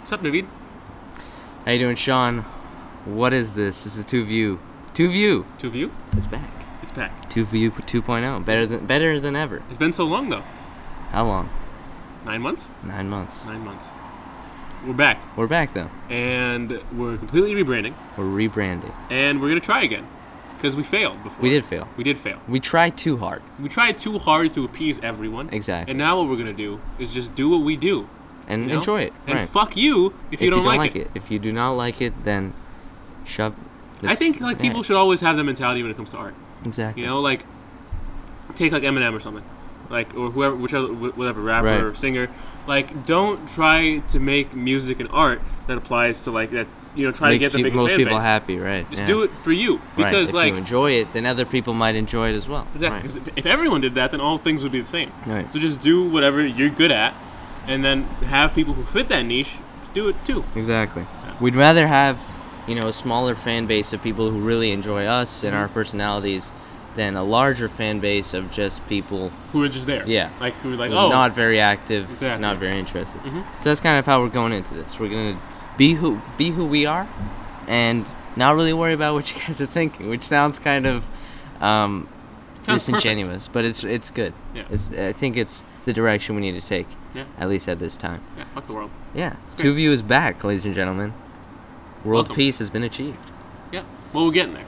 What's up, David? How you doing, Sean? What is this? This is Two View. Two View. Two of you? It's back. It's back. Two View 2.0. Better than better than ever. It's been so long though. How long? Nine months? Nine months. Nine months. We're back, We're back though. and we're completely rebranding, We're rebranded. and we're gonna try again, because we failed before. We did fail. We did fail. We tried too hard. We tried too hard to appease everyone. Exactly. And now what we're gonna do is just do what we do. And you know? enjoy it. And right. fuck you if, if you don't like, it. If you do not like it, then shove. I think like people should always have that mentality when it comes to art. Exactly. You know, like take like Eminem or something, like or whoever, whichever, wh- whatever rapper Right. or singer. Like, don't try to make music and art that applies to like that. You know, try Makes to get the pe- biggest most fan people base. happy, right? Just yeah. do it for you Right. because if like. you enjoy it, then other people might enjoy it as well. Exactly. Right. 'cause if- If everyone did that, then all things would be the same. Right. So just do whatever you're good at, and then have people who fit that niche do it too. Exactly. We'd rather have, you know, a smaller fan base of people who really enjoy us and Mm-hmm. our personalities than a larger fan base of just people Who are just there. Yeah. Like who are like who oh are not very active, Exactly. Mm-hmm. not very interested. So that's kind of how we're going into this. We're gonna be who be who we are, and not really worry about what you guys are thinking, which sounds kind of um, Sounds perfect. disingenuous, but it's it's good. Yeah. It's, I think it's the direction we need to take, yeah at least at this time. yeah fuck the world. Yeah, great. Two View is back, ladies and gentlemen. World Welcome. peace has been achieved. Yeah. Well, we're getting there.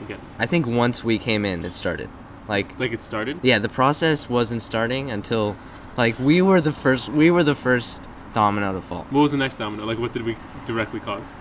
We're getting I think once we came in, it started. Like, there. like it started. yeah, the process wasn't starting until, like, we were the first. We were the first domino to fall. What was the next domino? Like, what did we directly cause?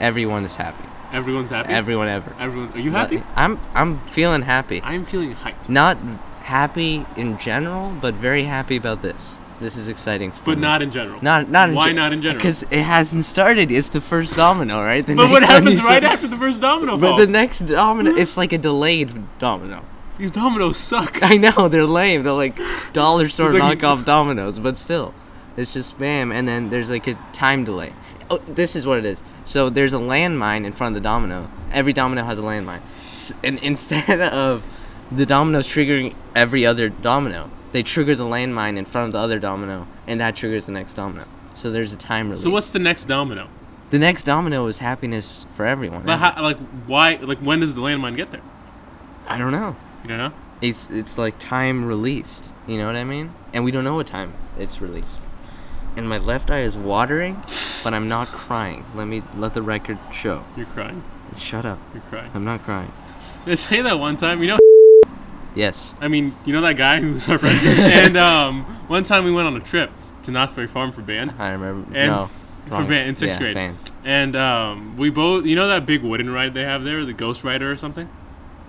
Everyone is happy. Everyone's happy. Everyone ever. Everyone, are you happy? I'm. I'm feeling happy. I'm feeling hyped, Not happy in general, but very happy about this. This is exciting. For but me. not in general. Not not in Why not in general? Because it hasn't started. It's the first domino, right? The But what next one happens is- right after the first domino But falls? the next domino, it's like a delayed domino. These dominoes suck. I know they're lame. They're like dollar store It's like- knockoff dominoes, but still, it's just bam, and then there's like a time delay. Oh, this is what it is. So there's a landmine in front of the domino. Every domino has a landmine, S- and instead of the dominoes triggering every other domino, they trigger the landmine in front of the other domino, and that triggers the next domino. So there's a time release. So what's the next domino? the next domino is happiness for everyone. But how, like, why? Like, when does the landmine get there? I don't know. You don't know. it's it's like time released. You know what I mean? And we don't know what time it's released. And my left eye is watering, but I'm not crying. Let me let the record show. You're crying. Shut up. You're crying. I'm not crying. Did I say that one time? You know, Yes. I mean, you know that guy who's our friend. and um, one time we went on a trip to Knott's Berry Farm for band. I remember. And- no. for wrong. band in sixth Yeah, grade. band. And um, we both, you know that big wooden ride they have there, the Ghost Rider or something.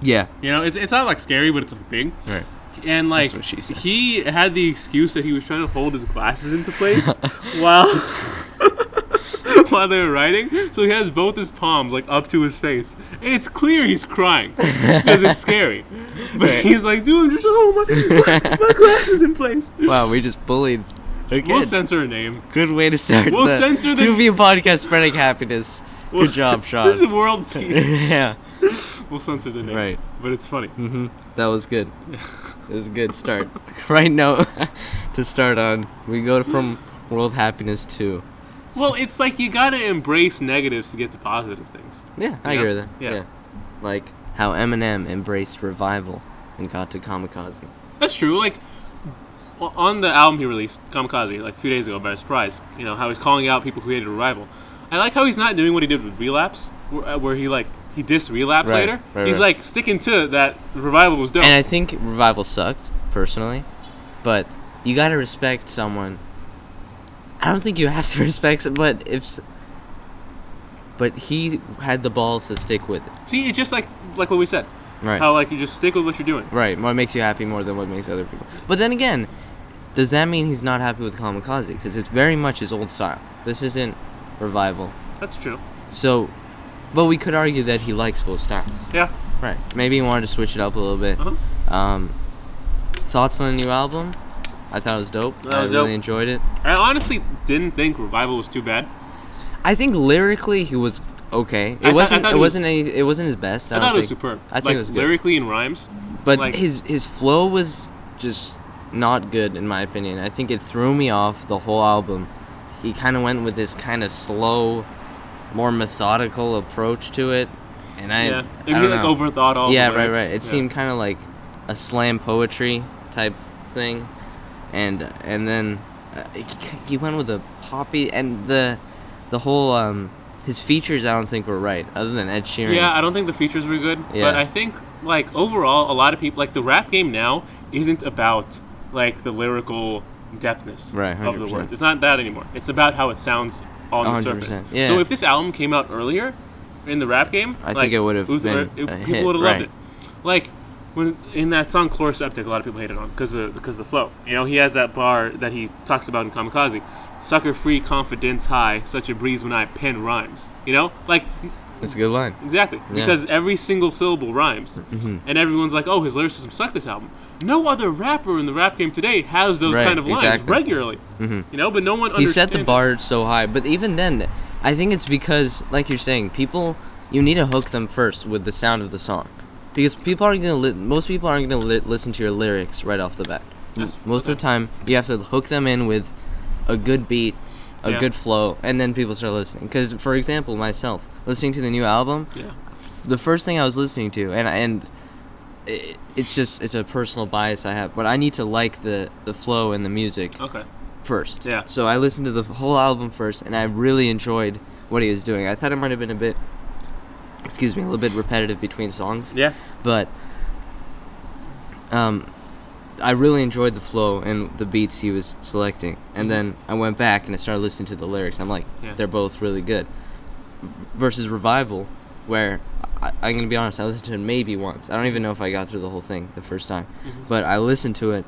Yeah. You know, it's it's not like scary, but it's like big. Right. And like That's what she said. he had the excuse that he was trying to hold his glasses into place while while they were riding. So he has both his palms like up to his face. And it's clear he's crying because it's scary. But Right. he's like, dude, I'm just trying to hold my, my glasses in place. Wow, we just bullied. a We'll kid. censor a name. Good way to start. We'll the censor the- Two View podcast spreading happiness. We'll Good job, cen- Sean. This is world peace. yeah. we'll censor the name. Right. But it's funny. Mm-hmm. That was good. It was a good start. right now, to start on, we go from world happiness to Well, it's like you gotta embrace negatives to get to positive things. yeah. I Yeah. agree with that. Yeah. Yeah. like how Eminem embraced revival and got to kamikaze. That's true. Like o- on the album he released, Kamikaze, like a few days ago, by surprise. You know how he's calling out people who hated Revival. I like how he's not doing what he did with Relapse, where, uh, where he like he dissed Relapse Right, later. right, he's right. like sticking to that Revival was dope. And I think revival sucked personally, but you gotta respect someone. I don't think you have to respect, s- but if. s- But he had the balls to stick with it. See, it's just like like what we said. Right. How like you just stick with what you're doing. Right, what makes you happy more than what makes other people. But then again, does that mean he's not happy with Kamikaze? Because it's very much his old style. This isn't revival. That's true. So, but we could argue that he likes both styles. Yeah. Right. Maybe he wanted to switch it up a little bit. Uh-huh. Um, thoughts on the new album? I thought it was dope. That I was really dope. enjoyed it. I honestly didn't think Revival was too bad. I think lyrically he was okay. I It thought- I wasn't. thought It he was- wasn't. Any, it wasn't his best. I, I, thought don't it was think. superb. I think like, it was good. lyrically and rhymes. But Like- his his flow was just not good in my opinion. I think it threw me off the whole album. he kind of went with this kind of slow, more methodical approach to it, and I, yeah, I and he don't like know. overthought all. yeah, the right, lyrics. right. It Oh, Yeah. seemed kind of like a slam poetry type thing, and and then uh, he, he went with a poppy and the the whole um his features I don't think were right other than Ed Sheeran. Yeah, I don't think the features were good, Yeah. but I think like overall, a lot of people like the rap game now isn't about like the lyrical depthness Right, of the 100%. words. It's not that anymore. It's about how it sounds on the surface. 100%, yeah. So if this album came out earlier in the rap game, I think like, it would've Uth- been or- a it- hit, people would have loved right. it. Like when in that song "Chloroseptic," a lot of people hated on because of because of the flow. You know, he has that bar that he talks about in Kamikaze, "Sucker free, confidence high, such a breeze when I pen rhymes." You know, like that's a good line. Exactly, Yeah. Mm-hmm. because every single syllable rhymes, and everyone's like, "Oh, his lyricism sucked this album." No other rapper in the rap game today has those Right, kind of lines exactly. Mm-hmm. regularly, you know. But no one he understands. set the it. bar so high. But even then, I think it's because, like you're saying, people you need to hook them first with the sound of the song, because people aren't gonna li- most people aren't gonna li- listen to your lyrics right off the bat. Yes, most of the time, you have to hook them in with a good beat, a Yeah. good flow, and then people start listening. Because, for example, myself listening to the new album, Yeah, the first thing I was listening to, and and it, it's just it's a personal bias I have, but I need to like the the flow and the music okay, first. Yeah. So I listened to the whole album first, and I really enjoyed what he was doing. I thought it might have been a bit, excuse me, a little bit repetitive between songs, yeah, but um, I really enjoyed the flow and the beats he was selecting. And then I went back and I started listening to the lyrics. I'm like, Mm-hmm. Yeah. they're both really good. Versus Revival, where I, I'm gonna be honest, I listened to it maybe once. I don't even know if I got through the whole thing the first time, Mm-hmm. but I listened to it.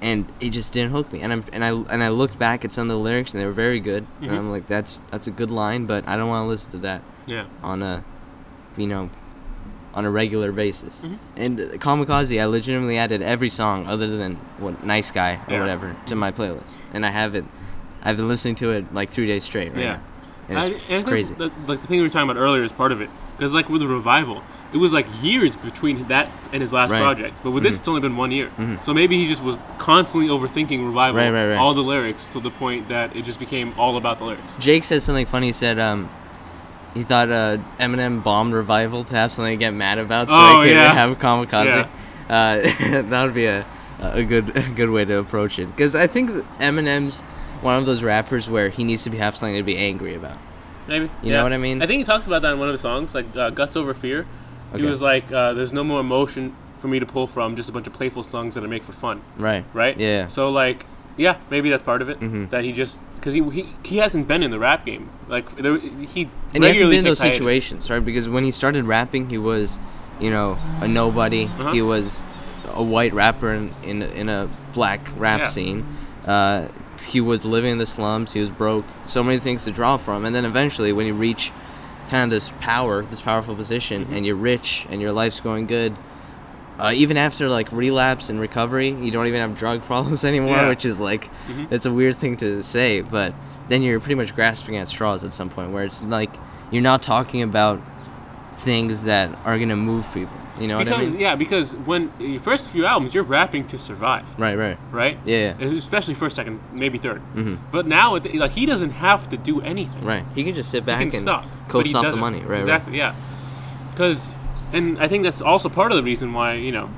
And it just didn't hook me, and I'm and I and I looked back at some of the lyrics, and they were very good. And Mhm. I'm like, that's that's a good line, but I don't want to listen to that yeah, on a, you know, on a regular basis. Mhm. And uh, Kamikaze, I legitimately added every song other than what Nice Guy or Yeah. whatever to my playlist, and I have it. I've been listening to it like three days straight right Yeah. now, and it's I, and I crazy. think that, like the thing we were talking about earlier is part of it, because like with the revival, it was like years between that and his last Right. Mm-hmm. project. But with this, it's only been one year. So maybe he just was constantly overthinking revival, Right, right, right. all the lyrics to the point that it just became all about the lyrics. Jake said something funny. He said, um, he thought uh, Eminem bombed Revival to have something to get mad about, so Oh, they could yeah. have Kamikaze. Uh, that would be a, a good a good way to approach it. Because I think Eminem's one of those rappers where he needs to be, have something to be angry about. Maybe. You know what I mean? I think he talks about that in one of his songs, like uh, Guts Over Fear. He Okay. was like, uh, there's no more emotion for me to pull from, just a bunch of playful songs that I make for fun, Right. right? Yeah. Mm-hmm. So, like, yeah, maybe that's part of it. That he just, because he, he he hasn't been in the rap game. Like, there, he and he hasn't regularly been in those takes hiatus. situations, right? Because when he started rapping, he was, you know, a nobody. Uh-huh. He was a white rapper in in, in a black rap Yeah. scene. Uh, he was living in the slums. He was broke. So many things to draw from. And then eventually, when you reach kind of this power, this powerful position, Mm-hmm. and you're rich and your life's going good. Uh, even after like relapse and recovery, you don't even have drug problems anymore, Yeah. which is like, Mhm. it's a weird thing to say, but then you're pretty much grasping at straws at some point where it's like you're not talking about things that are gonna move people. You know what I Because, mean? yeah, because when uh, your first few albums, you're rapping to survive, Right, right. right? Yeah, Mm-hmm. yeah. Especially first, second, maybe 3rd But now, it- like, he doesn't have to do anything. Right. He can just sit back can and stop. but he coast off the doesn't. money. Right, Exactly. Yeah. Because, and I think that's also part of the reason why you know,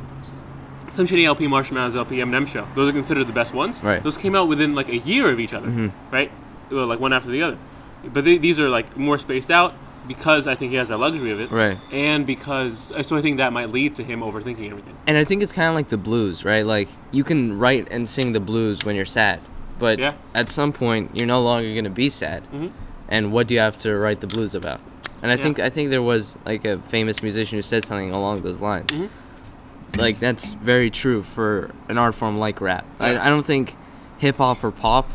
some shitty LP, Marshmallows LP, Eminem show. Those are considered the best ones. Right. Mm-hmm. Those came out within like a year of each other. Right. Well, like one after the other. But they, these are like more spaced out because I think he has that luxury of it. Right. And because uh, so I think that might lead to him overthinking everything. And I think it's kind of like the blues, right? Like you can write and sing the blues when you're sad, but Yeah. Mm-hmm. at some point you're no longer gonna be sad. And what do you have to write the blues about? And I Yeah. think I think there was like a famous musician who said something along those lines. Mm-hmm. Like that's very true for an art form like rap. Yeah. I, I don't think hip hop or pop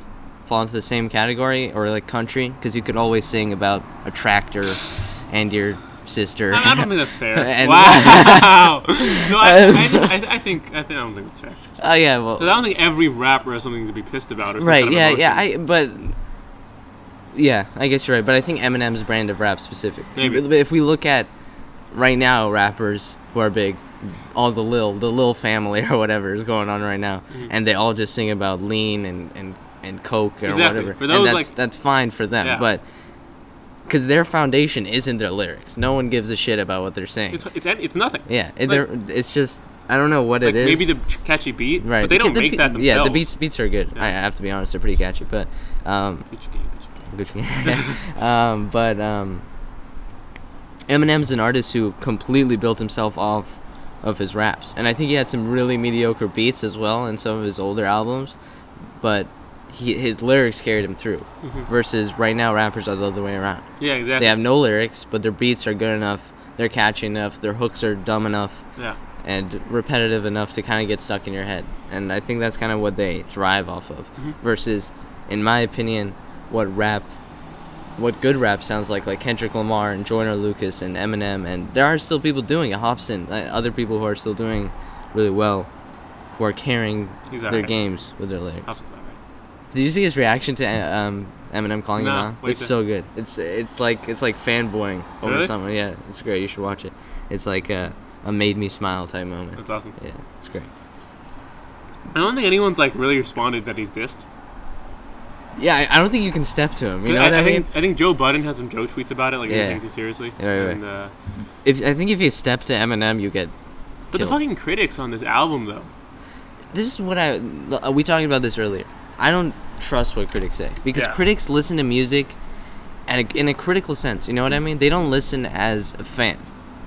fall into the same category or like country because you could always sing about a tractor and your sister. I I don't think that's fair. And- wow. no, I, I, I, I think I think I don't think that's fair. oh yeah, well. 'Cause I don't think every rapper has something to be pissed about. Or some right kind of yeah yeah emotion. i but yeah i guess you're right but i think eminem's brand of rap specific Maybe. But if we look at right now rappers who are big all Mm-hmm. the lil the lil family or whatever is going on right now and they all just sing about lean and and and coke or Exactly. whatever. For and those, that's like- that's fine for them, Yeah. but because their foundation isn't their lyrics. No one gives a shit about what they're saying. It's it's it's nothing. yeah, and like- they're, it's just I don't know what Like it is. maybe the ch- catchy beat, right, but they the- don't the make beat- that themselves. Yeah, the beats beats are good. Yeah. I I have to be honest, they're pretty catchy, but um, Bitch game, bitch game. Gucci. um, but um, Eminem's an artist who completely built himself off of his raps, and I think he had some really mediocre beats as well in some of his older albums, but he, his lyrics carried him through. Versus right now, rappers are the other way around. Mm-hmm. Yeah, exactly. They have no lyrics, but their beats are good enough, they're catchy enough, their hooks are dumb enough, yeah. and repetitive enough to kind of get stuck in your head. And I think that's kind of what they thrive off of. Versus, in my opinion, what rap, what good rap sounds like, like Kendrick Lamar and Joyner Lucas and Eminem, and there are still people doing it. Hobson, uh, other people who are still doing really well, who are carrying He's their alright. games with their lyrics. Hobson's alright. Did you see his reaction to uh, um, Eminem calling No, him out? what he It's said? so good. It's it's like it's like fanboying over Really? something. Yeah, it's great. You should watch it. It's like a, a made me smile type moment. That's awesome. Yeah, it's great. I don't think anyone's like really responded that he's dissed. Yeah, I, I don't think you can step to him. You know I, what I, I mean? think I think Joe Budden has some Joe tweets about it, like Yeah. yeah. taking it too seriously. Yeah, right, right. And, uh, if I think if you step to Eminem, you get. but the Killed. fucking critics on this album, though, This is what I. uh, We talked about this earlier. I don't trust what critics say because Yeah. critics listen to music, and in a critical sense. You know what I mean? They don't listen as a fan.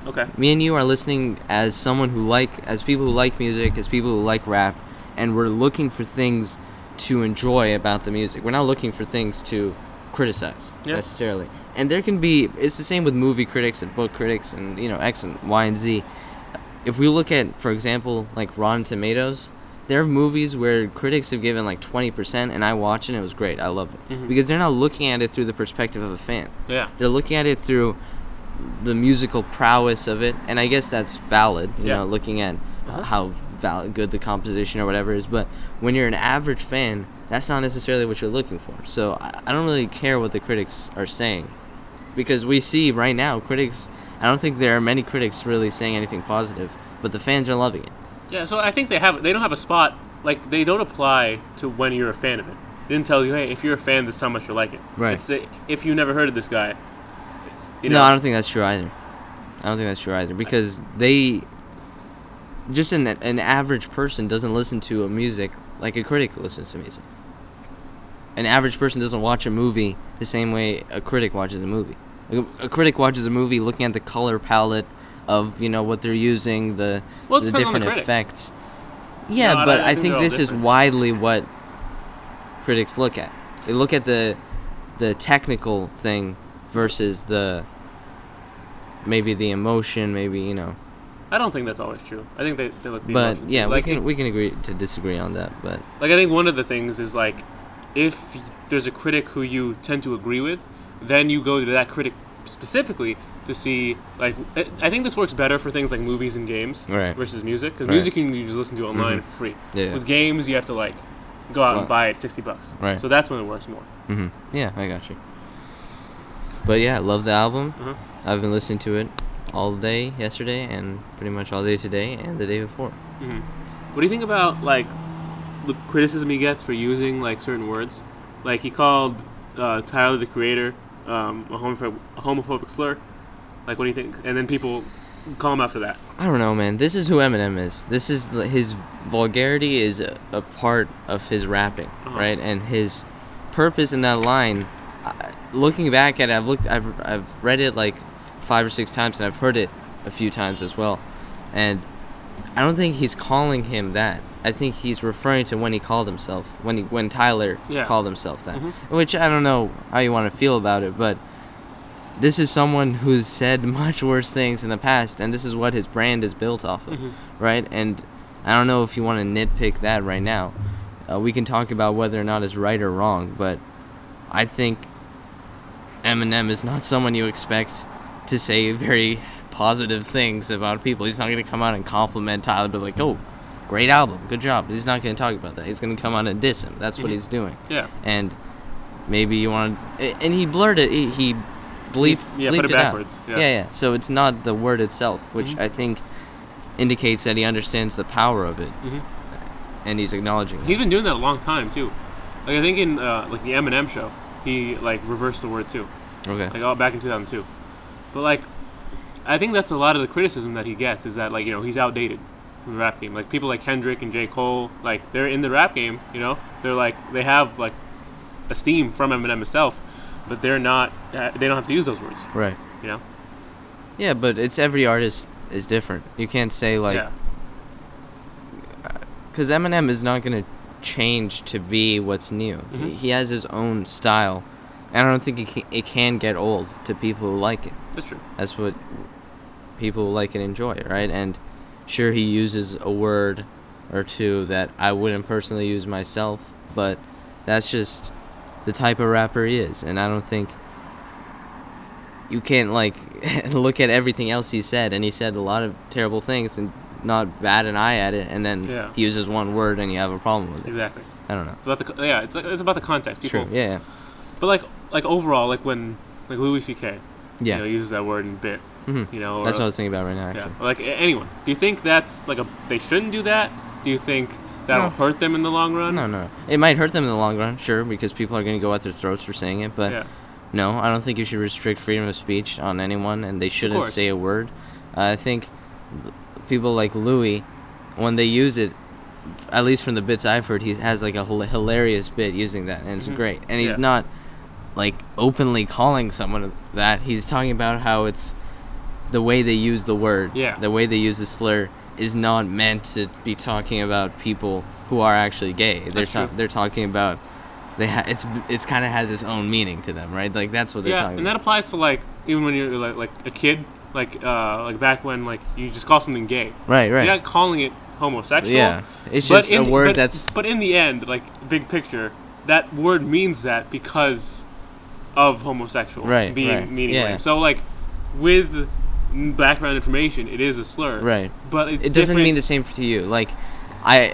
okay, Me and you are listening as someone who like, as people who like music, as people who like rap, and we're looking for things to enjoy about the music. We're not looking for things to criticize Yeah. necessarily. And there can be, it's the same with movie critics and book critics and, you know, X and Y and Z. If we look at, for example, like Rotten Tomatoes, there are movies where critics have given like 20%, and I watched it and it was great. I loved it. Mhm. Because they're not looking at it through the perspective of a fan yeah, they're looking at it through the musical prowess of it and i guess that's valid you Yeah. know looking at Uh-huh. how val- good the composition or whatever is but when you're an average fan that's not necessarily what you're looking for so i, I don't really care what the critics are saying because we see right now critics i don't think there are many critics really saying anything positive but the fans are loving it yeah. So I think they have they don't have a spot like they don't apply to when you're a fan of it. They didn't tell you, hey, if you're a fan, this is how much you like it. Right. It's the, if you never heard of this guy. You no, I don't think that's true either. I don't think that's true either because they just an an average person doesn't listen to a music like a critic listens to music. An average person doesn't watch a movie the same way a critic watches a movie. Like, A, a critic watches a movie looking at the color palette of you know what they're using, the Well, it the depends on the different critic. effects. Yeah, No, I but don't- I, I think think they're all this is different. widely what critics look at. They look at the the technical thing versus the maybe the emotion, maybe you know. I don't think that's always true. I think they, they look. The But emotions. yeah, like, we can we can agree to disagree on that. But Like I think one of the things is like, if there's a critic who you tend to agree with, then you go to that critic specifically to see like I I think this works better for things like movies and games Right. versus music because Right. Mm-hmm. music you can just listen to online for free. Yeah. With games, you have to like go out Well- and buy it sixty bucks. Right. So that's when it works more. hmm yeah, I got you. Uh-huh. But yeah, I love the album. Mhm. I've been listening to it all day yesterday, and pretty much all day today, and the day before. hmm What do you think about like the criticism he gets for using like certain words? Like he called uh, Tyler the Creator um, a, homophob- a homophobic slur. Like what do you think? And then people call him out for that. I don't know, man. This is who Eminem is. This is the- his vulgarity is a, a part of his rapping, right? And his purpose in that line. I, looking back at it, I've looked, I've, I've read it like five or six times, and I've heard it a few times as well. And I don't think he's calling him that. I think he's referring to when he called himself, when he, when Tyler Yeah. called himself that. Mhm. Which I don't know how you want to feel about it, but this is someone who's said much worse things in the past, and this is what his brand is built off of, Mhm. right? And I don't know if you want to nitpick that right now. Uh, we can talk about whether or not it's right or wrong, but I think Eminem is not someone you expect to say very positive things about people. He's not going to come out and compliment Tyler, but like, oh, great album, good job. He's not going to talk about that. He's going to come out and diss him. That's what Mhm. he's doing. Yeah. And maybe you want to, and he blurted, he, he bleep, Yeah, bleeped put it out. backwards. Yeah. Yeah. yeah, So it's not the word itself, which Mhm. I think indicates that he understands the power of it, Mhm. and he's acknowledging. it. He's been doing that a long time too. Like I think in uh, like the Eminem show, he like reversed the word too. Okay. like all back in 2002. But like, I think that's a lot of the criticism that he gets is that like you know he's outdated from the rap game. Like people like Kendrick and J Cole, like they're in the rap game. You know, they're like they have like esteem from Eminem himself, but they're not. Uh, they don't have to use those words. Right. You know. Yeah, but it's every artist is different. You can't say like yeah. because Eminem is not going to change to be what's new. Mhm. He has his own style, and I don't think it can, it can get old to people who like it. That's true. That's what people who like and enjoy, right? And sure, he uses a word or two that I wouldn't personally use myself, but that's just the type of rapper he is, and I don't think. You can't like look at everything else he said, and he said a lot of terrible things, and not bat an eye at it, and then Yeah. he uses one word, and you have a problem with it. Exactly. I don't know. It's about the co- yeah. It's like, it's about the context. People. True. Yeah. But like like overall like when like Louis C.K. Yeah. You know, yeah. uses that word in bit. Mhm. You know. That's or- what I was thinking about right now. Yeah, Actually. like a- anyone. Do you think that's like a they shouldn't do that? Do you think that'll No. hurt them in the long run? No, no. It might hurt them in the long run, sure, because people are going to go at their throats for saying it, but Yeah, no, I don't think you should restrict freedom of speech on anyone, and they shouldn't course. say a word. Uh, I think people like Louis, when they use it, at least from the bits I've heard, he has like a hil- hilarious bit using that, and it's Mhm. great. And he's Yeah. not like openly calling someone that. He's talking about how it's the way they use the word, Yeah. the way they use the slur, is not meant to be talking about people who are actually gay. They're That's true. ta- they're talking about they ha- it's it's kind of has its own meaning to them, right? Like that's what they're yeah, talking and that about. applies to like even when you're like, like a kid, like uh, like back when like you just call something gay. Right, right. You're not calling it homosexual. yeah, it's but just a in the- word but- that's But in the end, like big picture, that word means that because of homosexual Right, being right. meaning. Yeah. lame. So like with background information, it is a slur. right. But it's It doesn't mean different- the same to you. Like I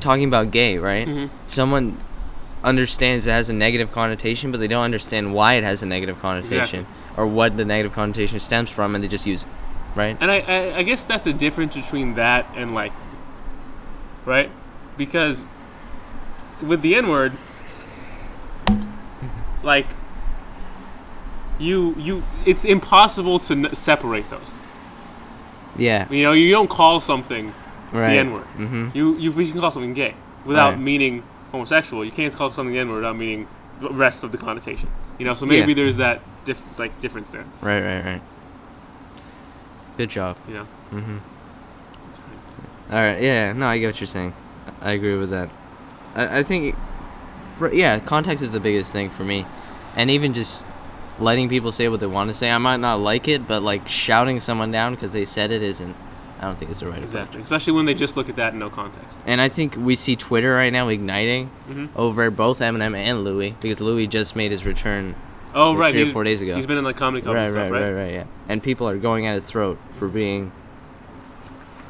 talking about gay, right? Mhm. Someone understands it has a negative connotation, but they don't understand why it has a negative connotation or what the negative connotation stems from, and they just use it, right? And I, I, I guess that's the difference between that and like, right? Because with the N word, like, you you it's impossible to n- separate those. Yeah, You know, you don't call something right. the N word. Mm-hmm. You you we can call something gay without Right. meaning homosexual. You can't call something the N word without meaning the rest of the connotation. You know, so maybe Yeah. there's that diff- like difference there. Right, right, right. Good job. You know, Mm-hmm. It's pretty- All right. Yeah. No, I get what you're saying. I agree with that. I, I think, r- yeah, context is the biggest thing for me, and even just letting people say what they want to say. I might not like it, but like shouting someone down because they said it isn't. I don't think it's the right approach. exactly. Especially when they just look at that in no context. And I think we see Twitter right now igniting Mhm. over both Eminem and Louis because Louis just made his return. Oh like, right, three or he's- four days ago. He's been in like comedy club right, and stuff, right, right? right, right, yeah. And people are going at his throat for being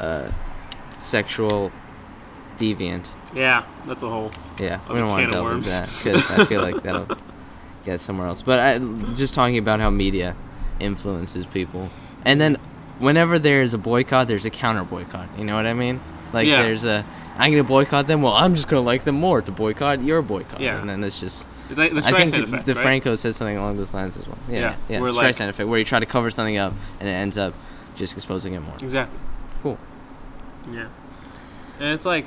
uh, sexual deviant. Yeah, that's a whole. Yeah, of we a can don't want of to delve into worms. that because I feel like that'll get somewhere else. But I, just talking about how media influences people, and then whenever there is a boycott, there's a counter boycott. You know what I mean? Like Yeah. there's a I'm gonna boycott them. Well, I'm just gonna like them more to boycott your boycott. Yeah. and then it's just It's like the I think Streisand the, effect, the right? Franco says something along those lines as well. Yeah, Yeah, yeah, yeah. where, Streisand like- effect, where you try to cover something up and it ends up just exposing it more. Exactly. Cool. Yeah, and it's like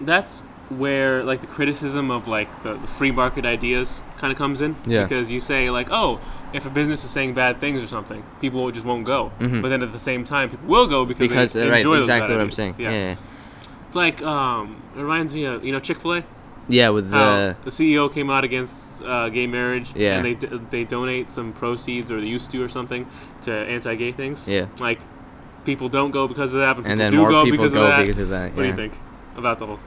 that's where like the criticism of like the, the free market ideas kind of comes in. Yeah. Because you say like, oh, if a business is saying bad things or something, people just won't go. Mhm. But then at the same time, people will go because, Because they uh, right, enjoy those exactly bad what I'm ideas. saying. Yeah, Yeah. yeah, It's like um, it reminds me of you know Chick Fil A. Yeah, with how the the CEO came out against uh, gay marriage. Yeah. And they, d- they donate some proceeds, or they used to, or something, to anti gay things. yeah, Like, people don't go because of that, but people and then do more go people because go of that. because of that. What do yeah. you think about the whole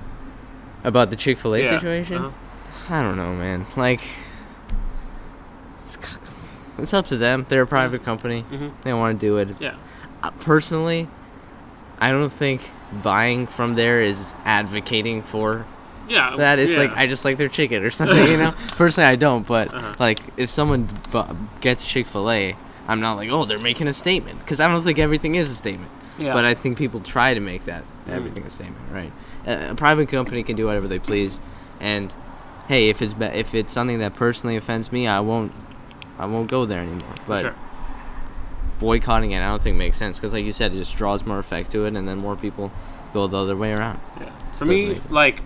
About the Chick Fil A yeah, situation? uh-huh. I don't know, man. Like, it's, c- it's up to them. They're a Mm-hmm. private company. Mhm. They want to do it. Yeah. Uh, Personally, I don't think buying from there is advocating for Yeah. that. It's Oh, yeah. like I just like their chicken or something, you know. Personally, I don't. But Uh-huh. like, if someone bu- gets Chick Fil A, I'm not like, oh, they're making a statement because I don't think everything is a statement. Yeah. Mm. But I think people try to make that everything a statement, right? A a private company can do whatever they please. And hey, if it's ba- if it's something that personally offends me, I won't I won't go there anymore. But sure. boycotting it, I don't think makes sense because, like you said, it just draws more effect to it, and then more people go the other way around. Yeah. For doesn't me, make sense. like,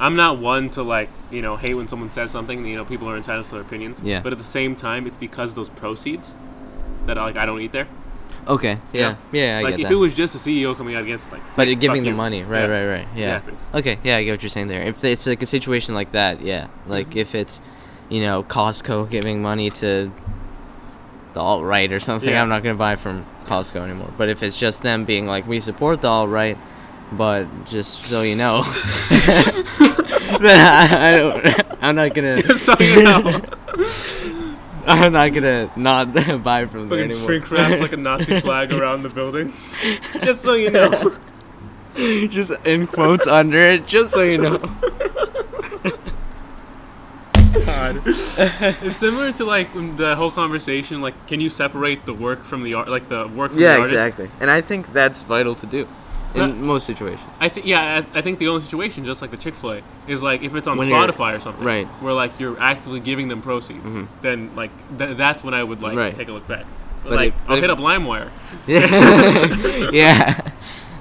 I'm not one to like, you know, hate when someone says something. You know, people are entitled to their opinions. Yeah. But at the same time, it's because of those proceeds that like I don't eat there. Okay, yeah, yeah, I like get if that. it was just the CEO coming out against like, but hey, it giving fuck the you. money, right, Yeah. right, right, yeah. Exactly. Okay, yeah, I get what you're saying there. If it's like a situation like that, yeah, like Mm-hmm. if it's, you know, Costco giving money to the alt right or something, Yeah. I'm not gonna buy from Costco anymore. But if it's just them being like, we support the alt right, but just so you know, then I, I don't, I'm not gonna. so you know, I'm not gonna not buy from there fucking anymore. shrink wraps like a Nazi flag around the building. Just so you know. just in quotes under it, just so you know. God. it's similar to like when the whole conversation. Like, can you separate the work from the art? Like the work from the Yeah, artist. exactly. And I think that's vital to do in Uh, most situations. I think yeah, I, I think the only situation, just like the Chick Fil A, is like if it's on When you're- Spotify or something, right. Mm-hmm. Where like you're actively giving them proceeds, then like th- that's when I would like Right. take a look back. But, But like if- but I'll if- hit up LimeWire. Yeah, yeah.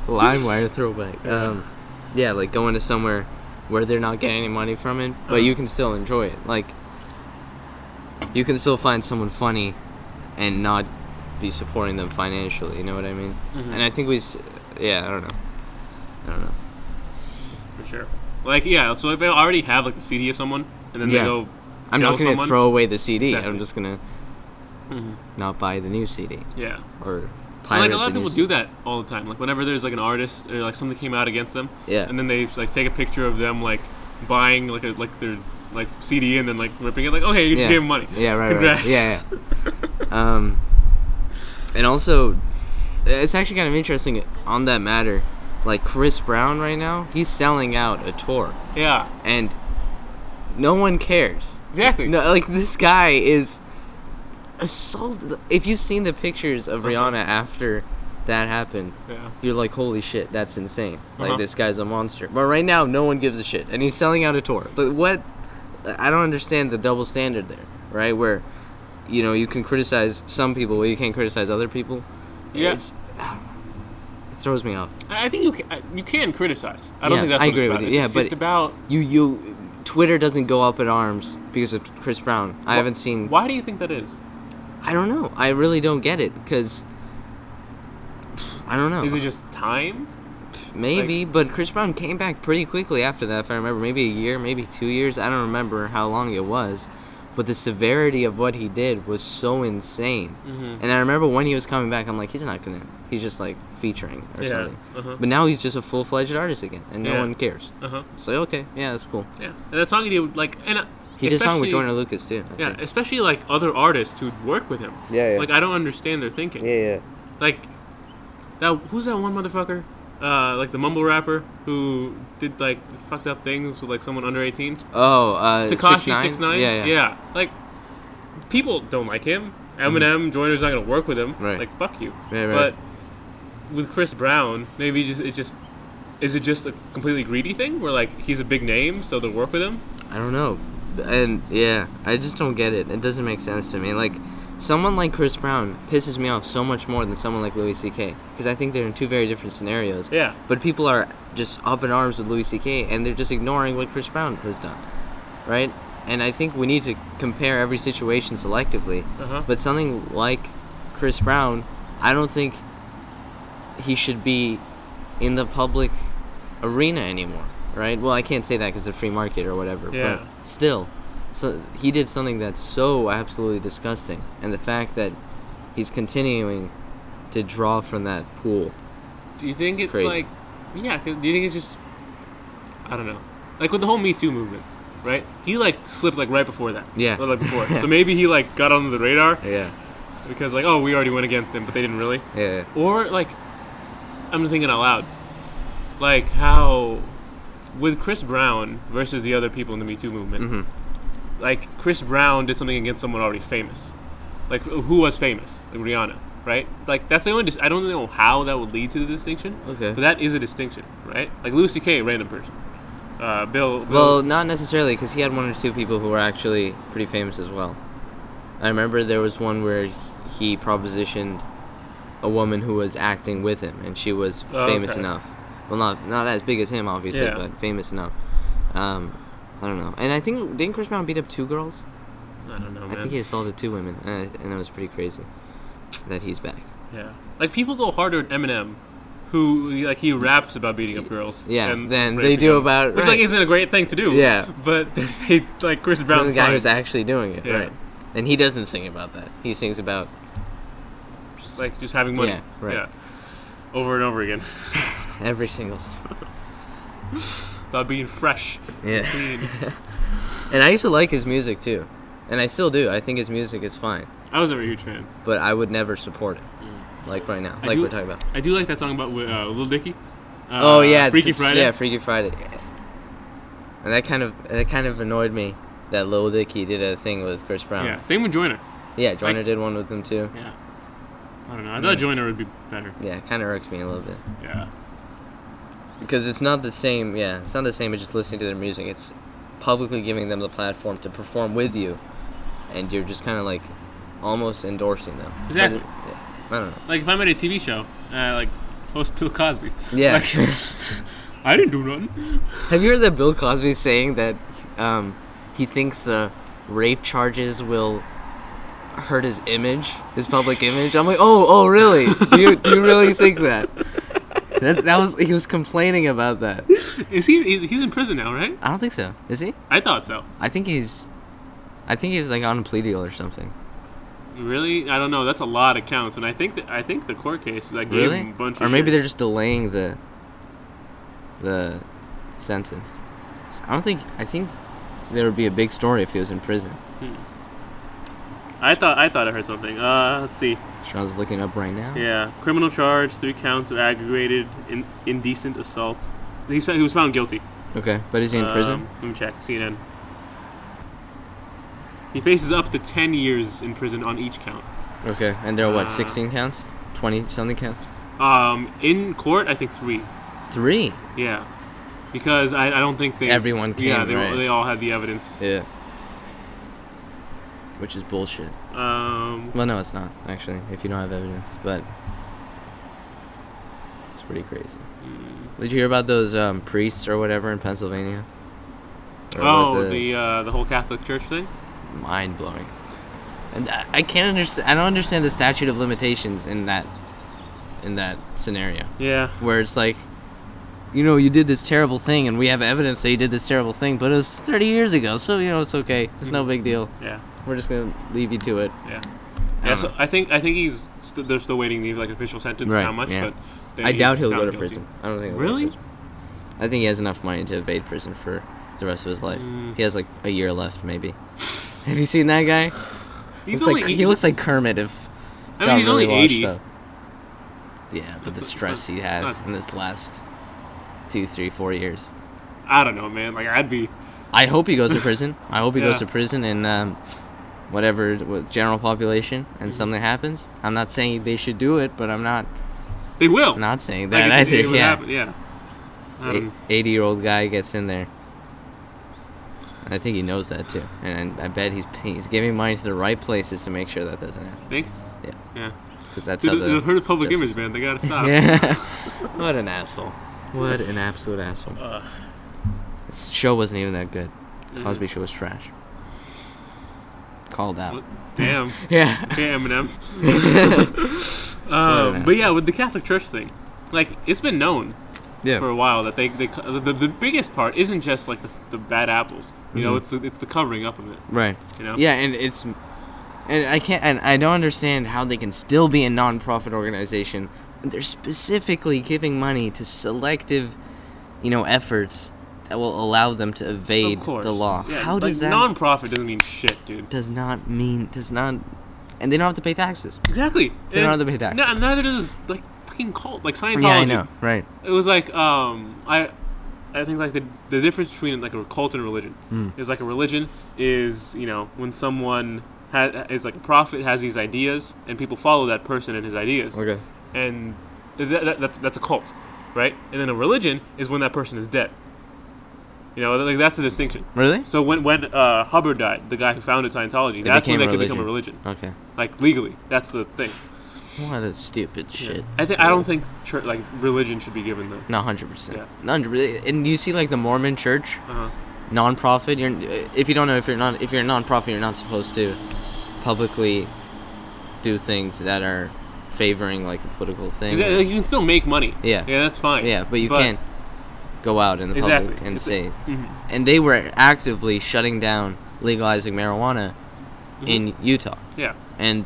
LimeWire throwback. Um, yeah, like going to somewhere where they're not getting any money from it, but you can still enjoy it. Like, you can still find someone funny, and not be supporting them financially. You know what I mean? Mm-hmm. And I think we, s- yeah, I don't know, I don't know. for sure. Like yeah, so if I already have like the CD of someone, and then Yeah. they go, I'm kill not gonna someone. throw away the CD. Exactly. I'm just gonna Mhm. not buy the new CD yeah. or And, pirate. like a lot of the new people do that all the time. Like whenever there's like an artist or like something came out against them, Yeah. and then they like take a picture of them like buying like a like their like CD and then like ripping it. Like okay, you just Yeah. gave them money. Yeah, right, Congrats. right. Yeah, yeah. um, and also, it's actually kind of interesting on that matter. Like Chris Brown right now, he's selling out a tour, Yeah, and no one cares. exactly. No, like this guy is assaulted. If you've seen the pictures of Rihanna after that happened, Yeah. you're like, holy shit, that's insane. Uh-huh. Like, this guy's a monster. But right now, no one gives a shit. And he's selling out a tour. But what? I don't understand the double standard there, right? Where, you know, you can criticize some people, but you can't criticize other people. Yeah. It's, it throws me off. I I think you can, you can criticize. I don't Yeah, think that's I what agree it's with about. you. It's, Yeah, but- it's about You, you, Twitter doesn't go up in arms because of Chris Brown. I haven't seen. why do you think that is? I don't know. I really don't get it because. I don't know. Is it just time? Maybe, but Chris Brown came back pretty quickly after that, if I remember. Maybe a year, maybe two years. I don't remember how long it was. But the severity of what he did was so insane. Mhm. And I remember when he was coming back, I'm like, he's not going to. He's just like featuring or Yeah, something. uh-huh. But now he's just a full fledged artist again, and no Yeah. one cares. Uh huh. So, okay, yeah, that's cool. Yeah, and that song he did like and uh, He did a song with especially- Joyner Lucas, too. I Yeah, think. especially like other artists who work with him. Yeah, yeah. Like I don't understand their thinking. yeah. Like that. Who's that one motherfucker? Uh, like the mumble rapper who did like fucked up things with like someone under eighteen. Oh, uh, Takashi 6ix9ine? six nine. Yeah, yeah. Like people don't like him. Eminem Joyner's not gonna work with him. Right. Like fuck you. Right, right. But with Chris Brown, maybe just it just is it just a completely greedy thing where like he's a big name, so they'll work with him. I don't know. And yeah, I just don't get it. It doesn't make sense to me. Like someone like Chris Brown pisses me off so much more than someone like Louis C.K. because I think they're in two very different scenarios. Yeah. But people are just up in arms with Louis C.K. and they're just ignoring what Chris Brown has done, right? And I think we need to compare every situation selectively. Uh-huh. But something like Chris Brown, I don't think he should be in the public arena anymore, right? Well, I can't say that because the free market or whatever. Yeah. But still, so he did something that's so absolutely disgusting, and the fact that he's continuing to draw from that pool. Do you think it's, It's crazy. like, yeah? 'cause Do you think it's just, I don't know, like with the whole Me Too movement, right? He like slipped like right before that. Yeah. Or, like before. so maybe he like got under the radar Yeah. because like, oh, we already went against him, but they didn't really. Yeah. Or like, I'm just thinking out loud, like how with Chris Brown versus the other people in the Me Too movement, Mm-hmm. like Chris Brown did something against someone already famous, like who was famous, like Rihanna, right? Like that's the only. Dis- I don't know how that would lead to the distinction. Okay. But that is a distinction, right? Like Lucy K, random person. Uh, Bill, Bill. Well, not necessarily, because he had one or two people who were actually pretty famous as well. I remember there was one where he propositioned a woman who was acting with him, and she was Oh, famous okay. enough. Well, not not as big as him, obviously, Yeah. but famous enough. Um, I don't know. And I think didn't Chris Brown beat up two girls? I don't know, man. I think he assaulted two women, and, I, and it was pretty crazy that he's back. Yeah, like people go harder at Eminem, who like he raps about beating up girls. Yeah, and then raping they do them, about which like right. isn't a great thing to do. Yeah. but they like Chris Then Brown's the guy fine. who's actually doing it, Yeah. right? And he doesn't sing about that. He sings about just like just having money. Yeah, right. Yeah. Over and over again every single song. about being fresh, Yeah. clean. And I used to like his music too, and I still do. I think his music is fine, I was never a huge fan. but I would never support it, like right now, Mm. I like do- we're talking about. I do like that song about uh, Lil Dicky. Uh, oh yeah, Freaky it's- Friday. Yeah, Freaky Friday. And that kind of that kind of annoyed me that Lil Dicky did a thing with Chris Brown. Yeah, same with Joyner. Yeah, Joyner did one with him too. Yeah, I don't know. I thought Joyner would be better. Yeah, it kind of irks me a little bit Yeah, because it's not the same. Yeah, it's not the same as just listening to their music. It's publicly giving them the platform to perform with you, and you're just kind of like almost endorsing them. But Exactly. it- yeah, I don't know. like if I made a TV show, uh, like host Bill Cosby. Yeah. Like, I didn't do nothing. Have you heard that Bill Cosby saying that um, he thinks the rape charges will hurt his image, his public image? I'm like, oh, oh, really? Do you, do you really think that? That's that was he was complaining about that. Is he? He's, he's in prison now, right? I don't think so. Is he? I thought so. I think he's, I think he's like on a plea deal or something. Really? I don't know. That's a lot of counts, and I think that I think the court case like gave Really? him a bunch. Or of maybe years. they're just delaying the, the, sentence. I don't think. I think there would be a big story if he was in prison. I thought I thought I heard something. Uh, let's see. Sean's looking up right now. Yeah, criminal charge, three counts of aggravated in, indecent assault. He's, he was found guilty. Okay, but is he in prison? Um, let me check. CNN. He faces up to ten years in prison on each count. Okay, and there are Uh, what, 16 counts? 20 something counts? Um, in court, I think three. Three. Yeah, because I, I don't think they Everyone came, yeah, they, right? they all had the evidence. Yeah. Which is bullshit. Um, Well, no, it's not, actually, if you don't have evidence, but it's pretty crazy. Hmm. Did you hear about those um, priests or whatever in Pennsylvania? Or was oh, it the uh, the whole Catholic Church thing. mind blowing. And I I can't understand. I don't understand the statute of limitations in that, in that scenario. Yeah, where it's like, you know, you did this terrible thing, and we have evidence that you did this terrible thing, but it was 30 years ago, so you know it's okay. It's no big deal. yeah, We're just gonna leave you to it. yeah. I Yeah, don't so know. I think I think he's st- they're still waiting the like official sentence Right, how much, yeah. but they- I doubt he's he'll go found to guilty. prison. I don't think. He'll Really? Go to prison. I think he has enough money to evade prison for the rest of his life. Mm. He has like a year left, maybe. have you seen that guy? He's Looks only like, he, he looks like Kermit if. I got mean, he's really only washed eighty. up. Yeah, but It's- the it's stress not- he it's has not- in this last two, three, four years. I don't know, man. Like I'd be I hope he goes to prison. I hope he goes Yeah. to prison and um, whatever with general population Mm-hmm. and something happens. I'm not saying they should do it, but I'm not they will. not saying like, it's- that it either. would Yeah, happen, yeah. Um, eighty year old guy gets in there, and I think he knows that too. And I bet he's paying- he's giving money to the right places to make sure that doesn't happen think. Yeah. Yeah. because that's Dude, how it- the it hurt the public justice- image, man. They gotta stop. Yeah. what an asshole. What an absolute asshole. Ugh. This show wasn't even that good. Mhm. Cosby show was trash. Called out. What- Damn. Yeah. Okay, Eminem. an um, but yeah, asshole. with the Catholic Church thing, like it's been known Yeah. for a while that they, they co- the, the biggest part isn't just like the, the bad apples. You know, Mhm. it's the, it's the covering up of it. Right. You know. Yeah, and it's, and I can't, and I don't understand how they can still be a nonprofit organization. when They're specifically giving money to selective, you know, efforts that will allow them to evade Of course. the law. Yeah, how does like, that? Nonprofit doesn't mean shit, dude. does not mean does not, and they don't have to pay taxes. Exactly. They don't And- have to pay taxes. No, neither does like fucking cult, like Scientology. Yeah, I know. Right. It was like um, I, I think like the the difference between like a cult and a religion Hmm. is like a religion is you know when someone ha- is like a prophet has these ideas and people follow that person and his ideas. And th- that, that's that's a cult, right? And then a religion is when that person is dead. You know, like that's the distinction. Really? So when when uh, Hubbard died, the guy who founded Scientology, that's when they became a could become a religion, Okay. like legally. That's the thing. What a stupid shit. I think I don't think church, like religion should be given the. No, hundred percent. Yeah. Hundred percent. And you see, like the Mormon Church, Uh, nonprofit. You're if you don't know if you're not if you're a nonprofit, you're not supposed to publicly do things that are favoring like a political thing. exactly, like, you can still make money. Yeah. Yeah, that's fine. Yeah, but you can't go out in the Exactly. public and It's- say. mhm. And they were actively shutting down legalizing marijuana Mm-hmm. in Utah, Yeah. and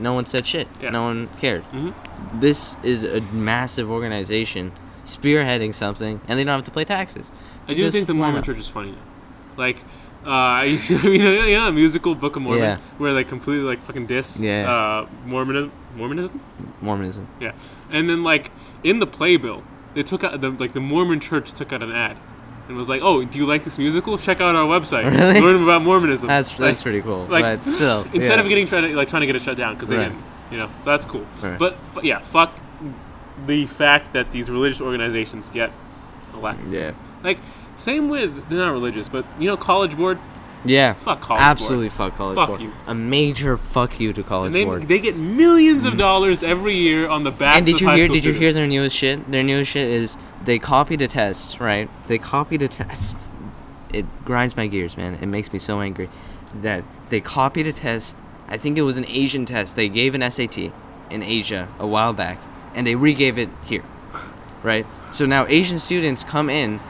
no one said shit. Yeah. No one cared. Mhm. This is a massive organization spearheading something, and they don't have to pay taxes. I do Just think the why Mormon not? Church is funny now. Like, uh, I mean, yeah, a musical Book of Mormon Yeah. where they completely like fucking diss Yeah. uh, Mormonism. Mormonism. Mormonism. Yeah, and then like in the playbill, they took out the like the Mormon Church took out an ad, and was like, "Oh, do you like this musical? Check out our website. Really? Learn about Mormonism." That's Like- that's pretty cool. but still, instead yeah. of getting trying to like trying to get it shut down because they Right. didn't, you know, that's cool. Right. But f- yeah, fuck the fact that these religious organizations get a lack. yeah, Like same with they're not religious, but you know, college board. yeah, Fuck college absolutely board. fuck college Fuck board. you. A major fuck you to college And they, board. Mm. they get millions of dollars every year on the back. and did of you high hear? school Did you hear students. their newest shit? Their newest shit is they copied a test, right? They copied a test. It grinds my gears, man. It makes me so angry that they copied a test. I think it was an Asian test. They gave an SAT in Asia a while back, and they regave it here, right? So now Asian students come in.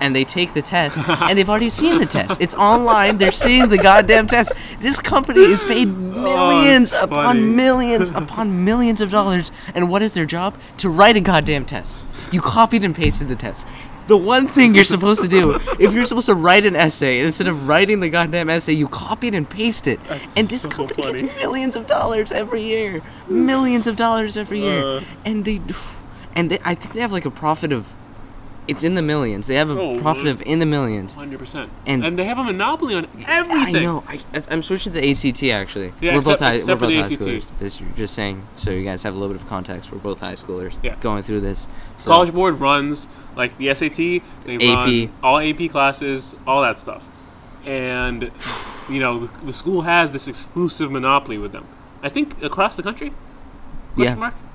And they take the test, and they've already seen the test. It's online. They're seeing the goddamn test. This company is paid millions Oh, it's funny. upon millions upon millions of dollars, and what is their job? To write a goddamn test. You copied and pasted the test. The one thing you're supposed to do, if you're supposed to write an essay, instead of writing the goddamn essay, you copied and pasted. That's and this so company funny. gets millions of dollars every year, millions of dollars every year, Uh. and they, and they, I think they have like a profit of, it's in the millions. They have a Oh, profit uh, of in the millions. Hundred percent. And- And they have a monopoly on everything. I know. I, I- I'm switching to the ACT actually. Yeah, we're except- both high, except we're for both the high ACT. schoolers. This, you're just saying, so you guys have a little bit of context. We're both high schoolers. Yeah. Going through this. So, College Board runs like the SAT, they AP. run all AP classes, all that stuff, and you know the, the school has this exclusive monopoly with them. I think across the country. Yeah,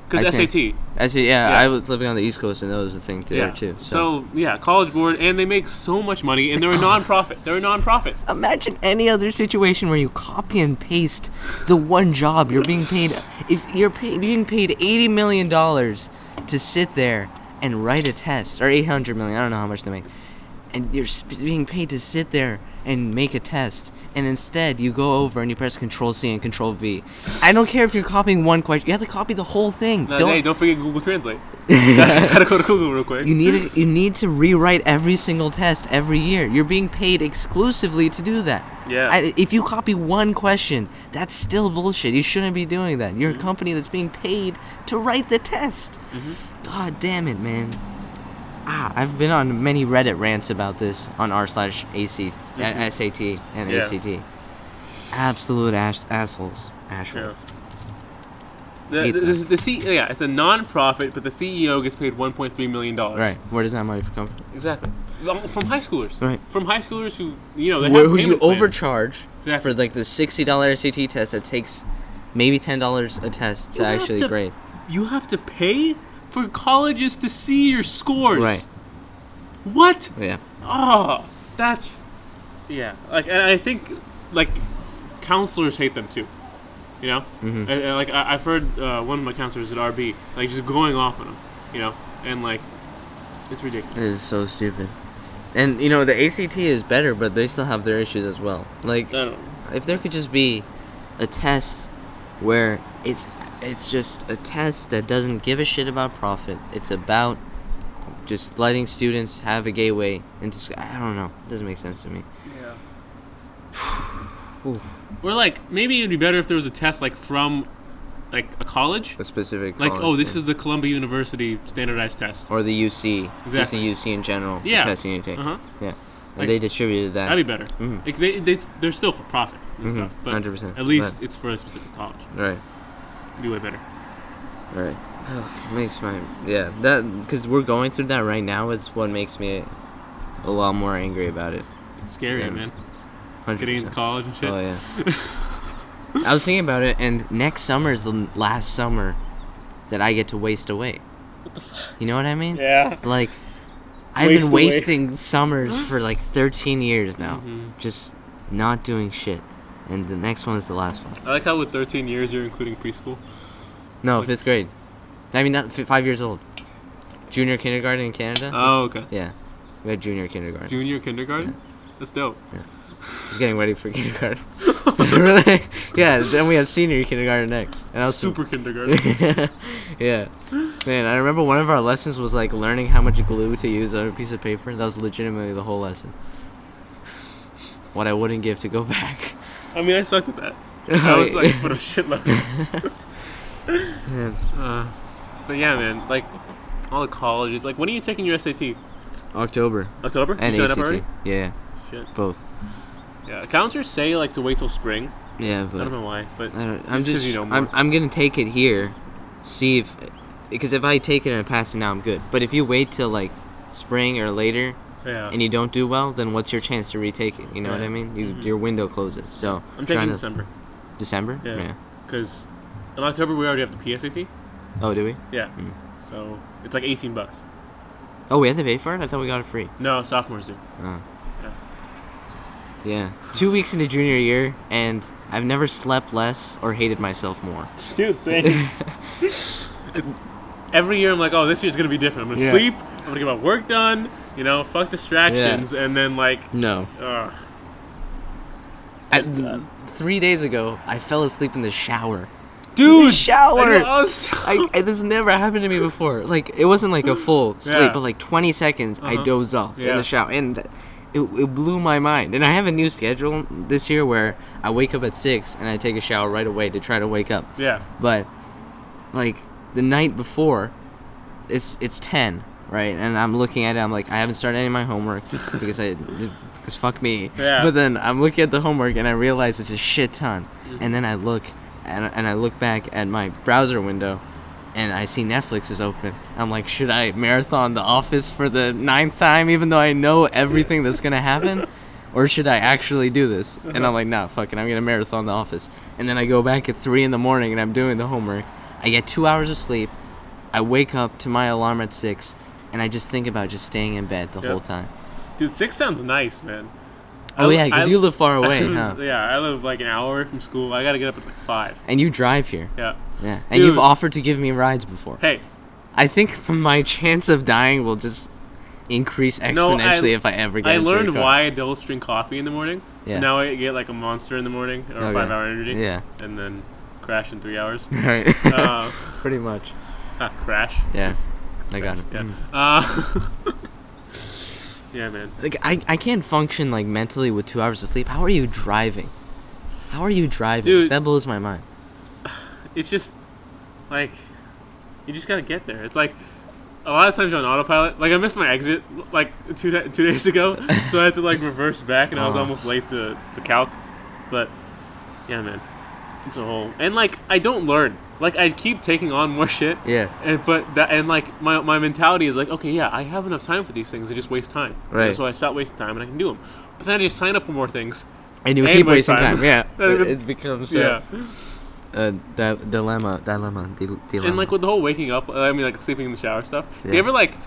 Because I SAT. think. Actually, yeah, Yeah. I was living on the East Coast, and that was a thing there yeah. too. So. So. yeah, College Board, and they make so much money, and they're a nonprofit. They're a nonprofit. Imagine any other situation where you copy and paste the one job you're being paid. If you're pay, being paid eighty million dollars to sit there and write a test, or eight hundred million, I don't know how much they make, and you're s- being paid to sit there and make a test, and instead you go over and you press Control C and Control V. I don't care if you're copying one question; you have to copy the whole thing. Now, don't hey, don't forget Google Translate. Gotta go to Google real quick. you need to, you need to rewrite every single test every year. You're being paid exclusively to do that. Yeah. I, if you copy one question, that's still bullshit. You shouldn't be doing that. You're Mm-hmm. a company that's being paid to write the test. Mm-hmm. God damn it, man. Ah, I've been on many Reddit rants about this on r slash AC, uh, SAT and Mm-hmm. Yeah. ACT. Absolute ass- assholes. Assholes. The, hate the, that. the, the C, oh, yeah, it's a nonprofit, but the CEO gets paid 1.3 million dollars. Right. Where does that money come from? Exactly. Um, From high schoolers. Right. From high schoolers who, you know, they where have who payment you plans. overcharge Exactly. for like the sixty dollar SAT test that takes maybe ten dollars a test You to have actually to- grade. You have to pay for colleges to see your scores. Right. What? Yeah. Oh, that's. Yeah. Like, and I think, like, counselors hate them too. You know? Mm-hmm. And- and, like, I, I've heard uh, one of my counselors at RB, like, just going off on them, you know? And, like, it's ridiculous. It is so stupid. And you know the ACT is better, but they still have their issues as well. Like I don't know. if there could just be a test where it's it's just a test that doesn't give a shit about profit. It's about just letting students have a gateway into sc- I don't know. It doesn't make sense to me. Yeah. Oof. Or like maybe it'd be better if there was a test like from like a college. A specific Like, college oh, this thing. is the Columbia University standardized test. or the UC, just the Exactly. UC in general, Yeah. the testing you take. Uh-huh. Yeah, and Like- they distributed that. Mm. That'd be better. Like, they, they, they're still for profit and stuff, but 100%. at least Mm-hmm. But- it's for a specific college. right, It'd be way better. right. makes my yeah that because we're going through that right now. It's what makes me a lot more angry about it. It's scary, Yeah. man. 100%. Getting into college and shit. Oh yeah. I was thinking about it, and next summer is the n- last summer that I get to waste away. What the fuck? You know what I mean? yeah. Like, I've Waste been away. wasting summers for like 13 years now, Mhm. just not doing shit. And the next one is the last one. I like how with 13 years you're including preschool. No, Like- fifth grade. I mean, not fi five years old. Junior kindergarten in Canada. Oh, okay. yeah, we had junior kindergarten. Junior kindergarten? That's dope. Just getting ready for kindergarten. really? Yeah. Then we have senior kindergarten next, and I was Super kindergarten. yeah. Man, I remember one of our lessons was like learning how much glue to use on a piece of paper. That was legitimately the whole lesson. What I wouldn't give to go back. I mean, I sucked at that. Oh, I was like, what a shitload. uh, but yeah, man, like all the colleges. Like, when are you taking your SAT? October October? and you showed ACT. up already? Yeah, Shit. both. Yeah. Counselors say like to wait till spring. Yeah, I don't but know why, but I don't, I'm Just 'cause just you know more. I'm I'm gonna take it here, see if because if I take it and I pass it now, I'm good. But if you wait till like spring or later yeah. and you don't do well, then what's your chance to retake it? You know what Yeah. I mean? You, Mhm. Your window closes. So I'm trying taking to- December December. Yeah. because in October we already have the PSAT. Oh, do we? Yeah. Mm. So it's like 18 bucks. Oh, we had to pay for it. I thought we got it free. No, sophomores do. Oh. Yeah. Two weeks into junior year, and I've never slept less or hated myself more. Dude, same. it's, every year I'm like, oh, this year's gonna be different. I'm gonna Yeah. sleep. I'm gonna get my work done. You know, fuck distractions, and then like, No. ugh. I, God. three days ago, I fell asleep in the shower. dude, shower! I know, I was- I, I this never happened to me before. Like it wasn't like a full sleep, Yeah. but like 20 seconds, Uh-huh. I dozed off in Yeah. the shower, and it, it blew my mind. And I have a new schedule this year where I wake up at six and I take a shower right away to try to wake up. yeah, but like the night before it's it's 10 right and i'm looking at it i'm like i haven't started any of my homework because i because fuck me Yeah. but then i'm looking at the homework and i realize it's a shit ton and then i look and, and i look back at my browser window and i see netflix is open i'm like should i marathon the office for the ninth time even though i know everything that's gonna happen or should I actually do this? And I'm like, nah, fucking, I'm gonna marathon The Office. And then I go back at three in the morning and I'm doing the homework. I get two hours of sleep. I wake up to my alarm at six, and I just think about just staying in bed the Yeah. whole time. dude, six sounds nice, man. I Oh li- yeah, because I- you live far I away, live- huh? Yeah, I live like an hour away from school. I gotta get up at like five. And you drive here, Yeah. yeah. And you've Dude. offered to give me rides before. Hey, I think my chance of dying will just increase exponentially No, I- if I ever get. I into your learned car. why adults drink coffee in the morning. Yeah. So now I get like a monster in the morning or Okay. five hour energy. Yeah. And then crash in three hours. All right. uh, Pretty much. ah, crash. Yeah. Yes. I got it. Mm. Yeah. Uh, yeah, man. Like I, I can't function like mentally with two hours of sleep. How are you driving? How are you driving? Dude. That blows my mind. It's just like you just gotta get there. It's like a lot of times you're on autopilot. Like I missed my exit like two da- two days ago, so I had to like reverse back, and I was Oh. almost late to to calc. But yeah, man, it's a whole. And like I don't learn. Like I keep taking on more shit. Yeah. And but that and like my my mentality is like okay yeah I have enough time for these things I just waste time Right. so I stop wasting time and I can do them but then I just sign up for more things And you And keep waste wasting time. time. Yeah. Uh, it, it becomes yeah uh, a di- dilemma. Dilemma. Di- dilemma. and like with the whole waking up uh, I mean like sleeping in the shower stuff do you Uh-huh. Yeah. ever like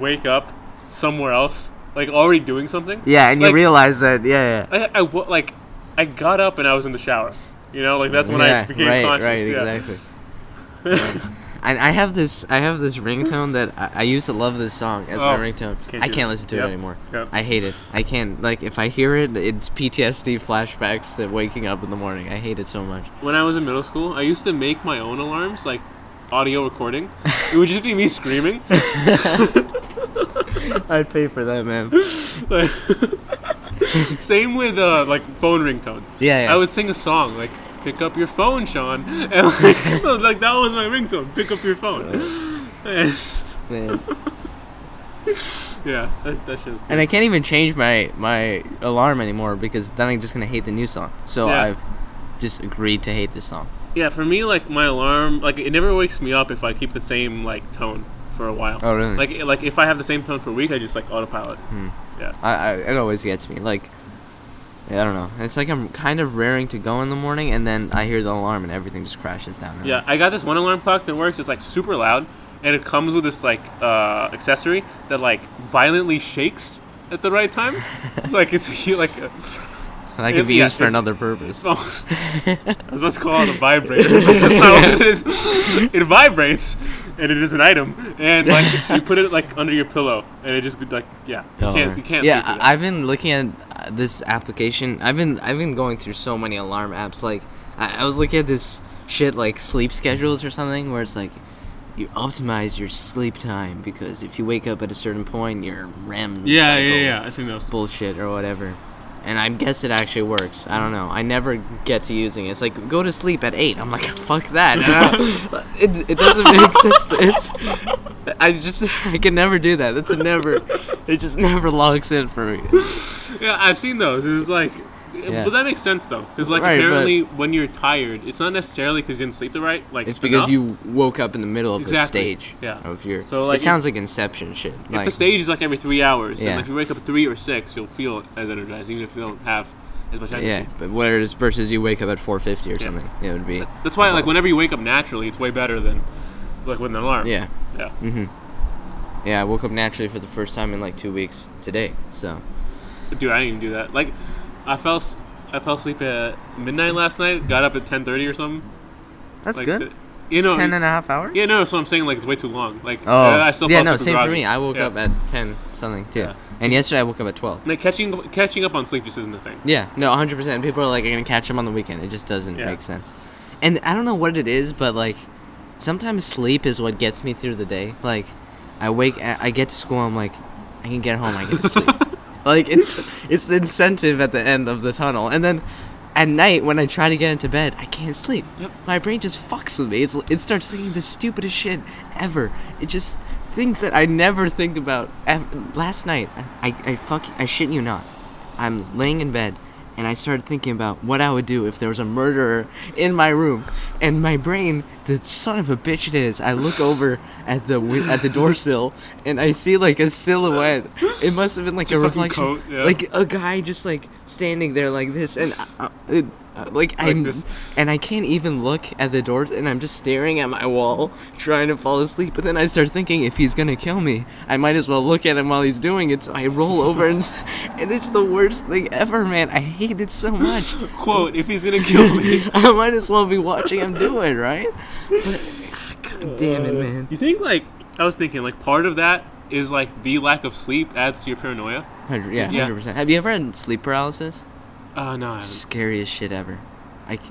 wake up somewhere else like already doing something yeah, and you like- realize that. Yeah. yeah. I, I wa- like I got up and I was in the shower you know like that's when I Yeah, became right, conscious Right. yeah. Exactly. Yeah. And I have this. I have this ringtone that I, I used to love. This song as my Oh, ringtone. can't I do can't that. listen to Yep, it anymore. yep. I hate it. I can't. Like if I hear it, it's PTSD flashbacks to waking up in the morning. I hate it so much. when I was in middle school, I used to make my own alarms, like audio recording. it would just be me screaming. I'd pay for that, man. Like- Same with uh, like phone ringtone. Yeah, yeah. I would sing a song like "Pick up your phone, Sean," and like, like that was my ringtone. Pick up your phone. And- man. yeah, that, that shit's. And I can't even change my my alarm anymore because then I'm just gonna hate the new song. So Yeah. I've just agreed to hate this song. Yeah, for me, like my alarm, like it never wakes me up if I keep the same like tone for a while. Oh, really? Like like if I have the same tone for a week, I just like autopilot. I, I it always gets me. Like, yeah, I don't know. It's like I'm kind of raring to go in the morning, and then I hear the alarm, and everything just crashes down. on me. Yeah, I got this one alarm clock that works. It's like super loud, and it comes with this like uh, accessory that like violently shakes at the right time. like it's like a, And that could be Yeah, used for it- another purpose. almost, I was about to call it a vibrator. but that's not what it is. It vibrates, and it is an item. And like you put it like under your pillow, and it just like yeah, you Oh, can't man. you can't. Yeah, sleep with that. I- I've been looking at uh, this application. I've been I've been going through so many alarm apps. Like I, I was looking at this shit like sleep schedules or something, where it's like you optimize your sleep time because if you wake up at a certain point, your REM yeah, cycle yeah, yeah. I seen those. bullshit or whatever. And I guess it actually works. I don't know. I never get to using it. It's like go to sleep at eight. I'm like fuck that. it, it doesn't make sense. To, it's I just I can never do that. That's a never. It just never logs in for me. Yeah, I've seen those. and It's like, Yeah. but that makes sense though, because like Right, but- apparently when you're tired, it's not necessarily because you didn't sleep the right. Like It's because enough. you woke up in the middle of the Exactly, stage. yeah. Of your. So, So like, it sounds like Inception shit. If Like, the stage is like every three hours, Yeah. and if you wake up at three or six, you'll feel as energized, even if you don't have as much energy. yeah, but whereas versus you wake up at 4:50 or Yeah. something, it would be. That's why, like, whenever you wake up naturally, it's way better than like with an alarm. Yeah. Mm-hmm. Yeah. Yeah, I woke up naturally for the first time in like two weeks today. So. Dude, I didn't even do that. Like, I fell, s- I fell asleep at midnight last night. Got up at ten thirty or something. That's like, th- you It's know. ten and a half hours. yeah, no. So I'm saying like it's way too long. Like, Oh, I still yeah, fell no, asleep same for groggy. me. I woke Yeah. up at ten something too, Yeah. and yesterday I woke up at twelve. Like catching catching up on sleep just isn't a thing. Yeah, no, hundred percent. People are like, "I'm gonna catch him on the weekend." It just doesn't Yeah. make sense. And I don't know what it is, but like, sometimes sleep is what gets me through the day. Like, I wake, I I get to school, I'm like, I can get home, I get to sleep. like it's it's the incentive at the end of the tunnel, and then. At night, when I try to get into bed, I can't sleep. Yep. My brain just fucks with me. It's, it starts thinking the stupidest shit ever. It just things that I never think about. Ev- Last night, I, I fuck, I shit you not. I'm laying in bed and I started thinking about what I would do if there was a murderer in my room. And my brain, the son of a bitch it is, I look over at the wi- at the door sill and I see like a silhouette. It must have been like a fucking reflection, coat, yeah. like a guy just like standing there like this, and I, I- it, uh, like I'm, this. and I can't even look at the door, and I'm just staring at my wall, trying to fall asleep. But then I start thinking, if he's gonna kill me, I might as well look at him while he's doing it. So I roll over, and, and it's the worst thing ever, man. I hate it so much. Quote: If he's gonna kill me. I might as well be watching him do it, right? But, ah, God damn it, man. You think like I was thinking like part of that is like the lack of sleep adds to your paranoia. Hundred- Yeah, Yeah. hundred percent. Have you ever had sleep paralysis? Uh no. I haven't. scariest shit ever. Like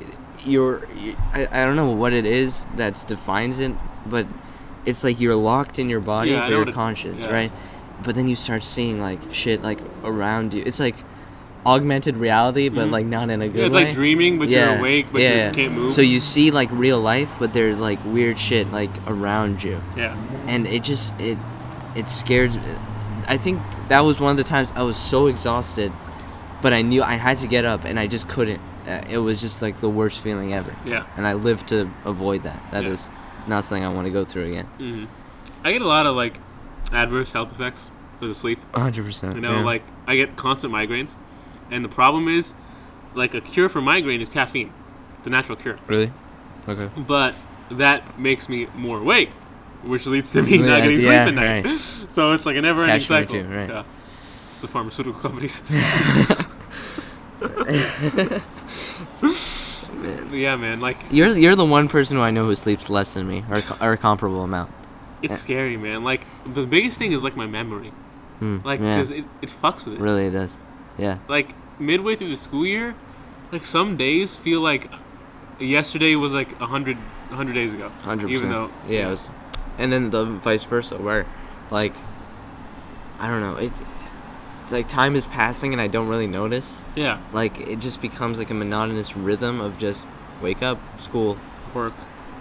you're, you, I, I don't know what it is that defines it, but it's like you're locked in your body, Yeah, I but know you're what it- conscious, yeah. right? But then you start seeing like shit like around you. It's like augmented reality, but like not in a good Mm-hmm. Yeah, it's way. like dreaming, but you're awake, but you can't move. So you see like real life, but they're like weird shit like around you yeah. and it just it it scared i think that was one of the times i was so exhausted but i knew i had to get up and i just couldn't Uh, it was just like the worst feeling ever Yeah. and i lived to avoid that That Yeah. is not something i want to go through again I get a lot of like adverse health effects because of sleep. 100% You know, like I get constant migraines, and the problem is, like a cure for migraine is caffeine. It's a natural cure, really okay but that makes me more awake, which leads to me not Yeah, getting yeah, sleep at night. right. So it's like a never-ending Cash flow cycle. too, right. Yeah. It's the pharmaceutical companies. But yeah, man. Like you're you're the one person who i know who sleeps less than me or, co- or a comparable amount It's scary, man. Like the biggest thing is like my memory, like Hmm, yeah. because it, it fucks with it. really it is yeah Like midway through the school year, like some days feel like yesterday was like a hundred a hundred days ago. 100%. Even though yeah, it was, and then the vice versa where, like, I don't know, it's, it's like time is passing and I don't really notice. yeah, Like it just becomes like a monotonous rhythm of just wake up, school, work,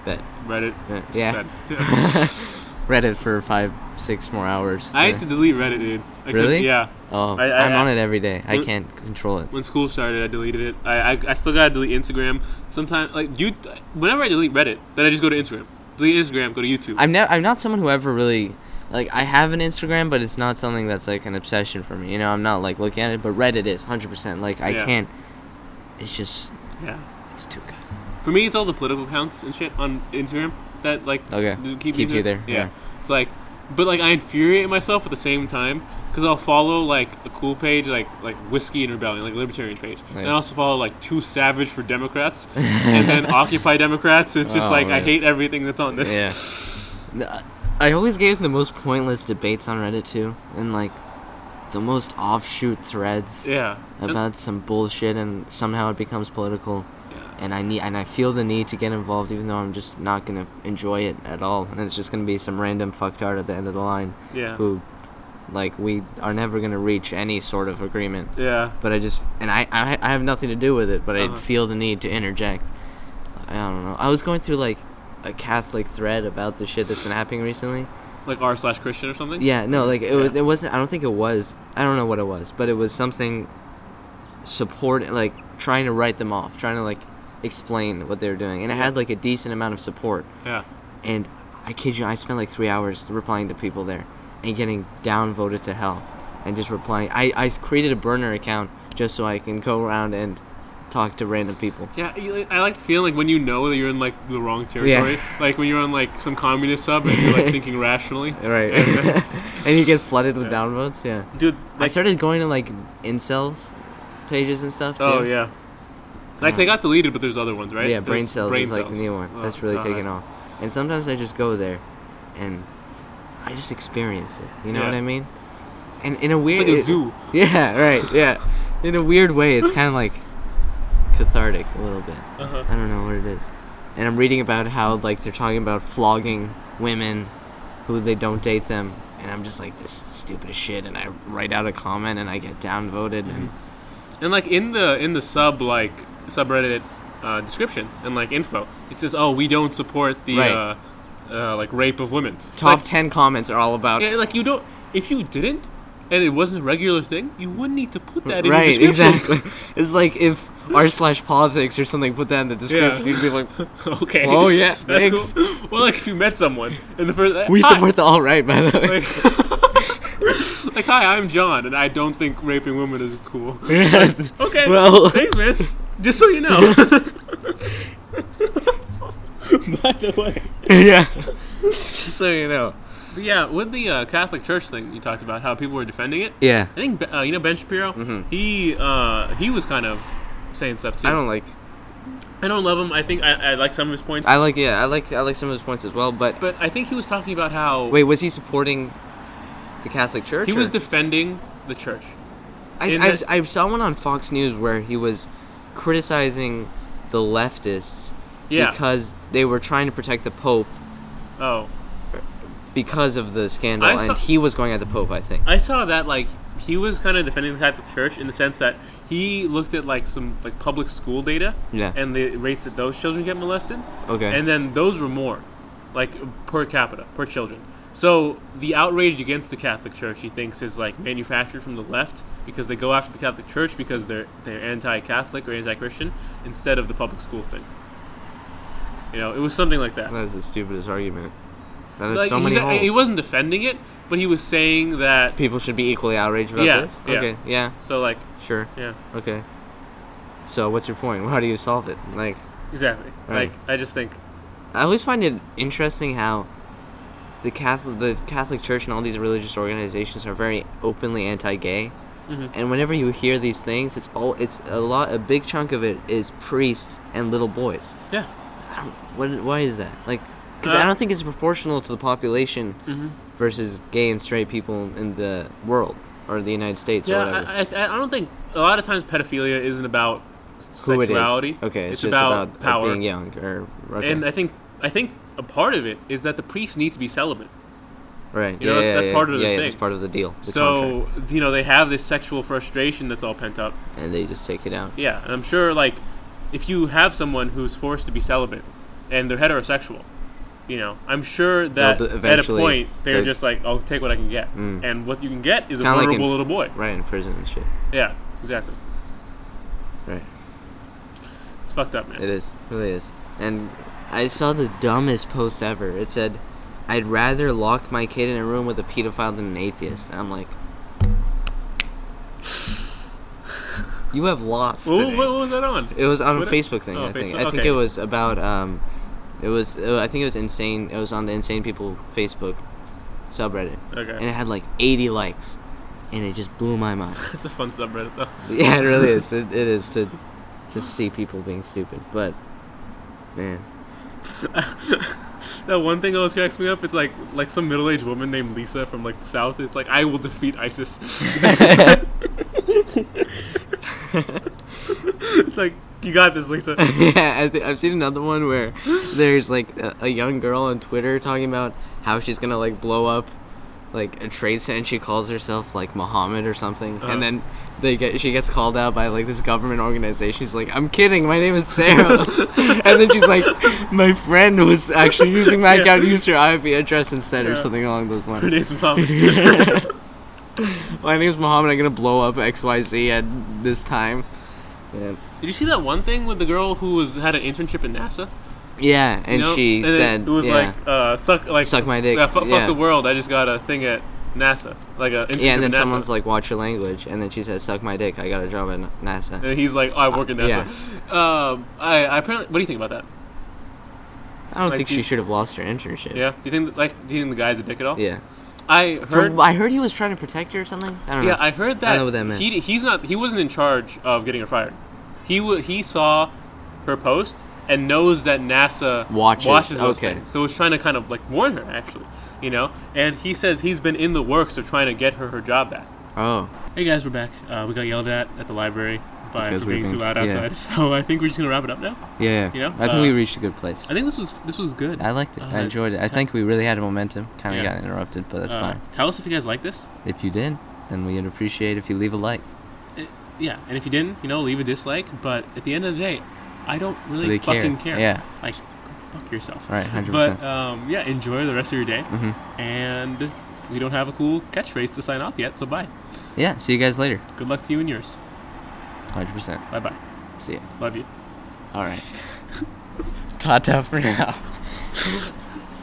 bed, Reddit. Yeah. just Yeah. bed. Reddit for five, six more hours. I Yeah. had to delete Reddit, dude. I couldn't- Really? Yeah. oh, I- I- am I- on it every day. I Wh- can't control it. When school started, I deleted it. I I, I still gotta delete Instagram. Sometimes like you, whenever I delete Reddit, then I just go to Instagram. It's like Instagram, go to YouTube. I'm never. I'm not someone who ever really like. I have an Instagram, but it's not something that's like an obsession for me. You know, I'm not like looking at it. But Reddit is 100. percent Like I Yeah. can't. It's just. yeah. It's too good. For me, it's all the political accounts and shit on Instagram that like Okay, d- keep you there, Yeah. yeah. it's like, but like I infuriate myself at the same time because I'll follow like a cool page like like whiskey and rebellion like libertarian page, and I Yeah. also follow like too savage for Democrats and then Occupy Democrats. It's just Oh, like I man. hate everything that's on this. Yeah. No, I always gave the most pointless debates on Reddit too, and like the most offshoot threads Yeah. And- about some bullshit, and somehow it becomes political. yeah. And I need, and I feel the need to get involved, even though I'm just not gonna enjoy it at all, and it's just gonna be some random fucktard at the end of the line Yeah. who, like, we are never gonna reach any sort of agreement. Yeah. But I just, and I, I, I have nothing to do with it, but Uh-huh. I feel the need to interject. I don't know. I was going through like a Catholic thread about the shit that's been happening recently. Like R slash Christian or something. Yeah, no, like it was. It wasn't. I don't think it was. I don't know what it was, but it was something support, like trying to write them off, trying to like explain what they were doing, and it had like a decent amount of support. Yeah. And I kid you, I spent like three hours replying to people there and getting downvoted to hell and just replying. I, I created a burner account just so I can go around and talk to random people. Yeah, you, like, I like feeling like when you know that you're in like the wrong territory, like when you're on like some communist sub and you're like thinking rationally. Right. And- and you get flooded with downvotes, yeah. Dude, I like, started going to like incels pages and stuff too. oh yeah, like Yeah. they got deleted, but there's other ones, right? Yeah, brain There's cells brain is like the cells. new one. Oh, That's really God. taken off. And sometimes I just go there and I just experience it. You know Yeah. what I mean? And in a weird It's like a zoo. Yeah, right. Yeah. In a weird way, it's kind of like cathartic a little bit. Uh-huh. I don't know what it is. And I'm reading about how like they're talking about flogging women who they don't date them and I'm just like this is the stupidest shit and I write out a comment and I get downvoted and Mm-hmm. And like in the in the sub like subreddit uh, description and like info, it says, "Oh, we don't support the Right. uh, uh, like rape of women." It's top like, 10 comments are all about Yeah, like you don't. If you didn't, and it wasn't a regular thing, you wouldn't need to put that in right, your description. exactly. It's like if r slash politics or something put that in the description, Yeah. you'd be like, okay. Oh, yeah, that's cool. Well, like if you met someone and the first "We Hi. support the all right." By the way, Like, like, hi, I'm John, and I don't think raping women is cool. Okay. Well- thanks, man. Just so you know. By the way, yeah. so you know, but yeah, with the uh, Catholic Church thing you talked about, how people were defending it. yeah. I think uh, you know Ben Shapiro. He uh, he was kind of saying stuff too. Mm-hmm. I don't like. I don't love him. I think I, I like some of his points, I like. Yeah, I like. I like some of his points as well. But but I think he was talking about how wait, was he supporting the Catholic Church? he was or- defending the church. I, in I, the- I saw one on Fox News where he was criticizing the leftists Yeah. because they were trying to protect the Pope oh. because of the scandal, I saw- and he was going at the Pope. I think. I saw that like he was kind of defending the Catholic Church in the sense that he looked at like some like public school data Yeah. and the rates that those children get molested, Okay. and then those were more, like per capita per children. So the outrage against the Catholic Church, he thinks, is like manufactured from the left because they go after the Catholic Church because they're they're anti-Catholic or anti-Christian instead of the public school thing. You know, it was something like that. That is the stupidest argument. That is Like, so many he's- holes. he wasn't defending it, but he was saying that. People should be equally outraged about Yeah, this. yeah. Okay. Yeah. So like, Sure. yeah. Okay. So what's your point? How do you solve it? Like, Exactly. Right. Like I just think I always find it interesting how the Catholic, the Catholic Church, and all these religious organizations are very openly anti-gay. Mm-hmm. And whenever you hear these things, it's all it's a lot. A big chunk of it is priests and little boys. yeah. I don't, what, why is that? Like, because Uh, Mm-hmm. I don't think it's proportional to the population versus gay and straight people in the world or the United States or Yeah, whatever. I, I, I don't think a lot of times pedophilia isn't about Who it is. sexuality. Okay, it's, it's just about, about, uh, power. being young or okay. And I think I think a part of it is that the priest needs to be celibate. right. you yeah, know, yeah, that's yeah, part of the yeah, yeah, thing. That's part of the deal. the so contract. you know they have this sexual frustration that's all pent up. and they just take it out. Yeah, and I'm sure like if you have someone who's forced to be celibate and they're heterosexual, you know, I'm sure that d- at a eventually point they're they'll- just like, I'll take what I can get, Mm. and what you can get is a Kinda like vulnerable in- little boy. Right in prison and shit. Yeah, exactly. Right. It's fucked up, man. It is. Really is. And I saw the dumbest post ever. It said, "I'd rather lock my kid in a room with a pedophile than an atheist." And I'm like, you have lost. Well, today." what, what was that on? It was on a Twitter? Facebook thing. Oh, I think. Facebook, I think okay. it was about. Um, it was. Uh, I think it was insane. It was on the insane people Facebook subreddit, and Okay, it had like 80 likes, and it just blew my mind. it's a fun subreddit though. yeah, it really is. It, it is to to see people being stupid, but man, That one thing always cracks me up. It's like like some middle aged woman named Lisa from like the south. It's like I will defeat ISIS. it's like you got this, Lisa. yeah, I th- I've seen another one where there's like a, a young girl on Twitter talking about how she's gonna like blow up like a trade center. and She calls herself like Muhammad or something, Uh-huh. and then they get she gets called out by like this government organization. She's like, "I'm kidding, my name is Sarah," and then she's like, "My friend was actually using my Yeah. account, used her IP address instead, Yeah. or something along those lines." Her name's Muhammad. My name's Mohammed. I'm gonna blow up XYZ at this time. Yeah, Did you see that one thing with the girl who was had an internship in NASA? yeah You and know? she it- said, it, was yeah. like uh, suck like Suck my dick, Yeah, fu- yeah. Fuck the world. I just got a thing at NASA, like a internship yeah, and then at NASA. someone's like, watch your language, and then she says, suck my dick. I got a job at N- NASA. and he's like, oh, I work at uh, Yeah. NASA. Um, I, I apparently. What do you think about that? I don't Like, think do she you- should have lost her internship. Yeah. Do you think that, like do you think the guy's a dick at all? yeah. I heard. From, I heard he was trying to protect her or something. I don't Yeah, know. I heard that. I don't know what that meant. He he's not. He wasn't in charge of getting her fired. He wa he saw her post and knows that NASA Watches, those okay. things, so was trying to kind of like warn her actually, you know. And he says he's been in the works of trying to get her her job back. oh, Hey guys, we're back. Uh, we got yelled at at the library by Because for we were being too being loud t- yeah. outside, so I think we're just gonna wrap it up now. yeah. yeah. You know, I think we uh, reached a good place. I think this was this was good. I liked it. I uh, enjoyed it. I think we really had a momentum. Kind of Yeah. got interrupted, but that's Uh, fine. Tell us if you guys like this. If you did, then we'd appreciate if you leave a like. Yeah, and if you didn't, you know, leave a dislike. But at the end of the day, I don't really Really care. fucking care. Yeah. Like, go fuck yourself. All right, 100%. But um, yeah, enjoy the rest of your day. Mhm. And we don't have a cool catchphrase to sign off yet, so bye. yeah, see you guys later. Good luck to you and yours. 100%. Bye bye. See ya. Love you. All right. Ta ta for now.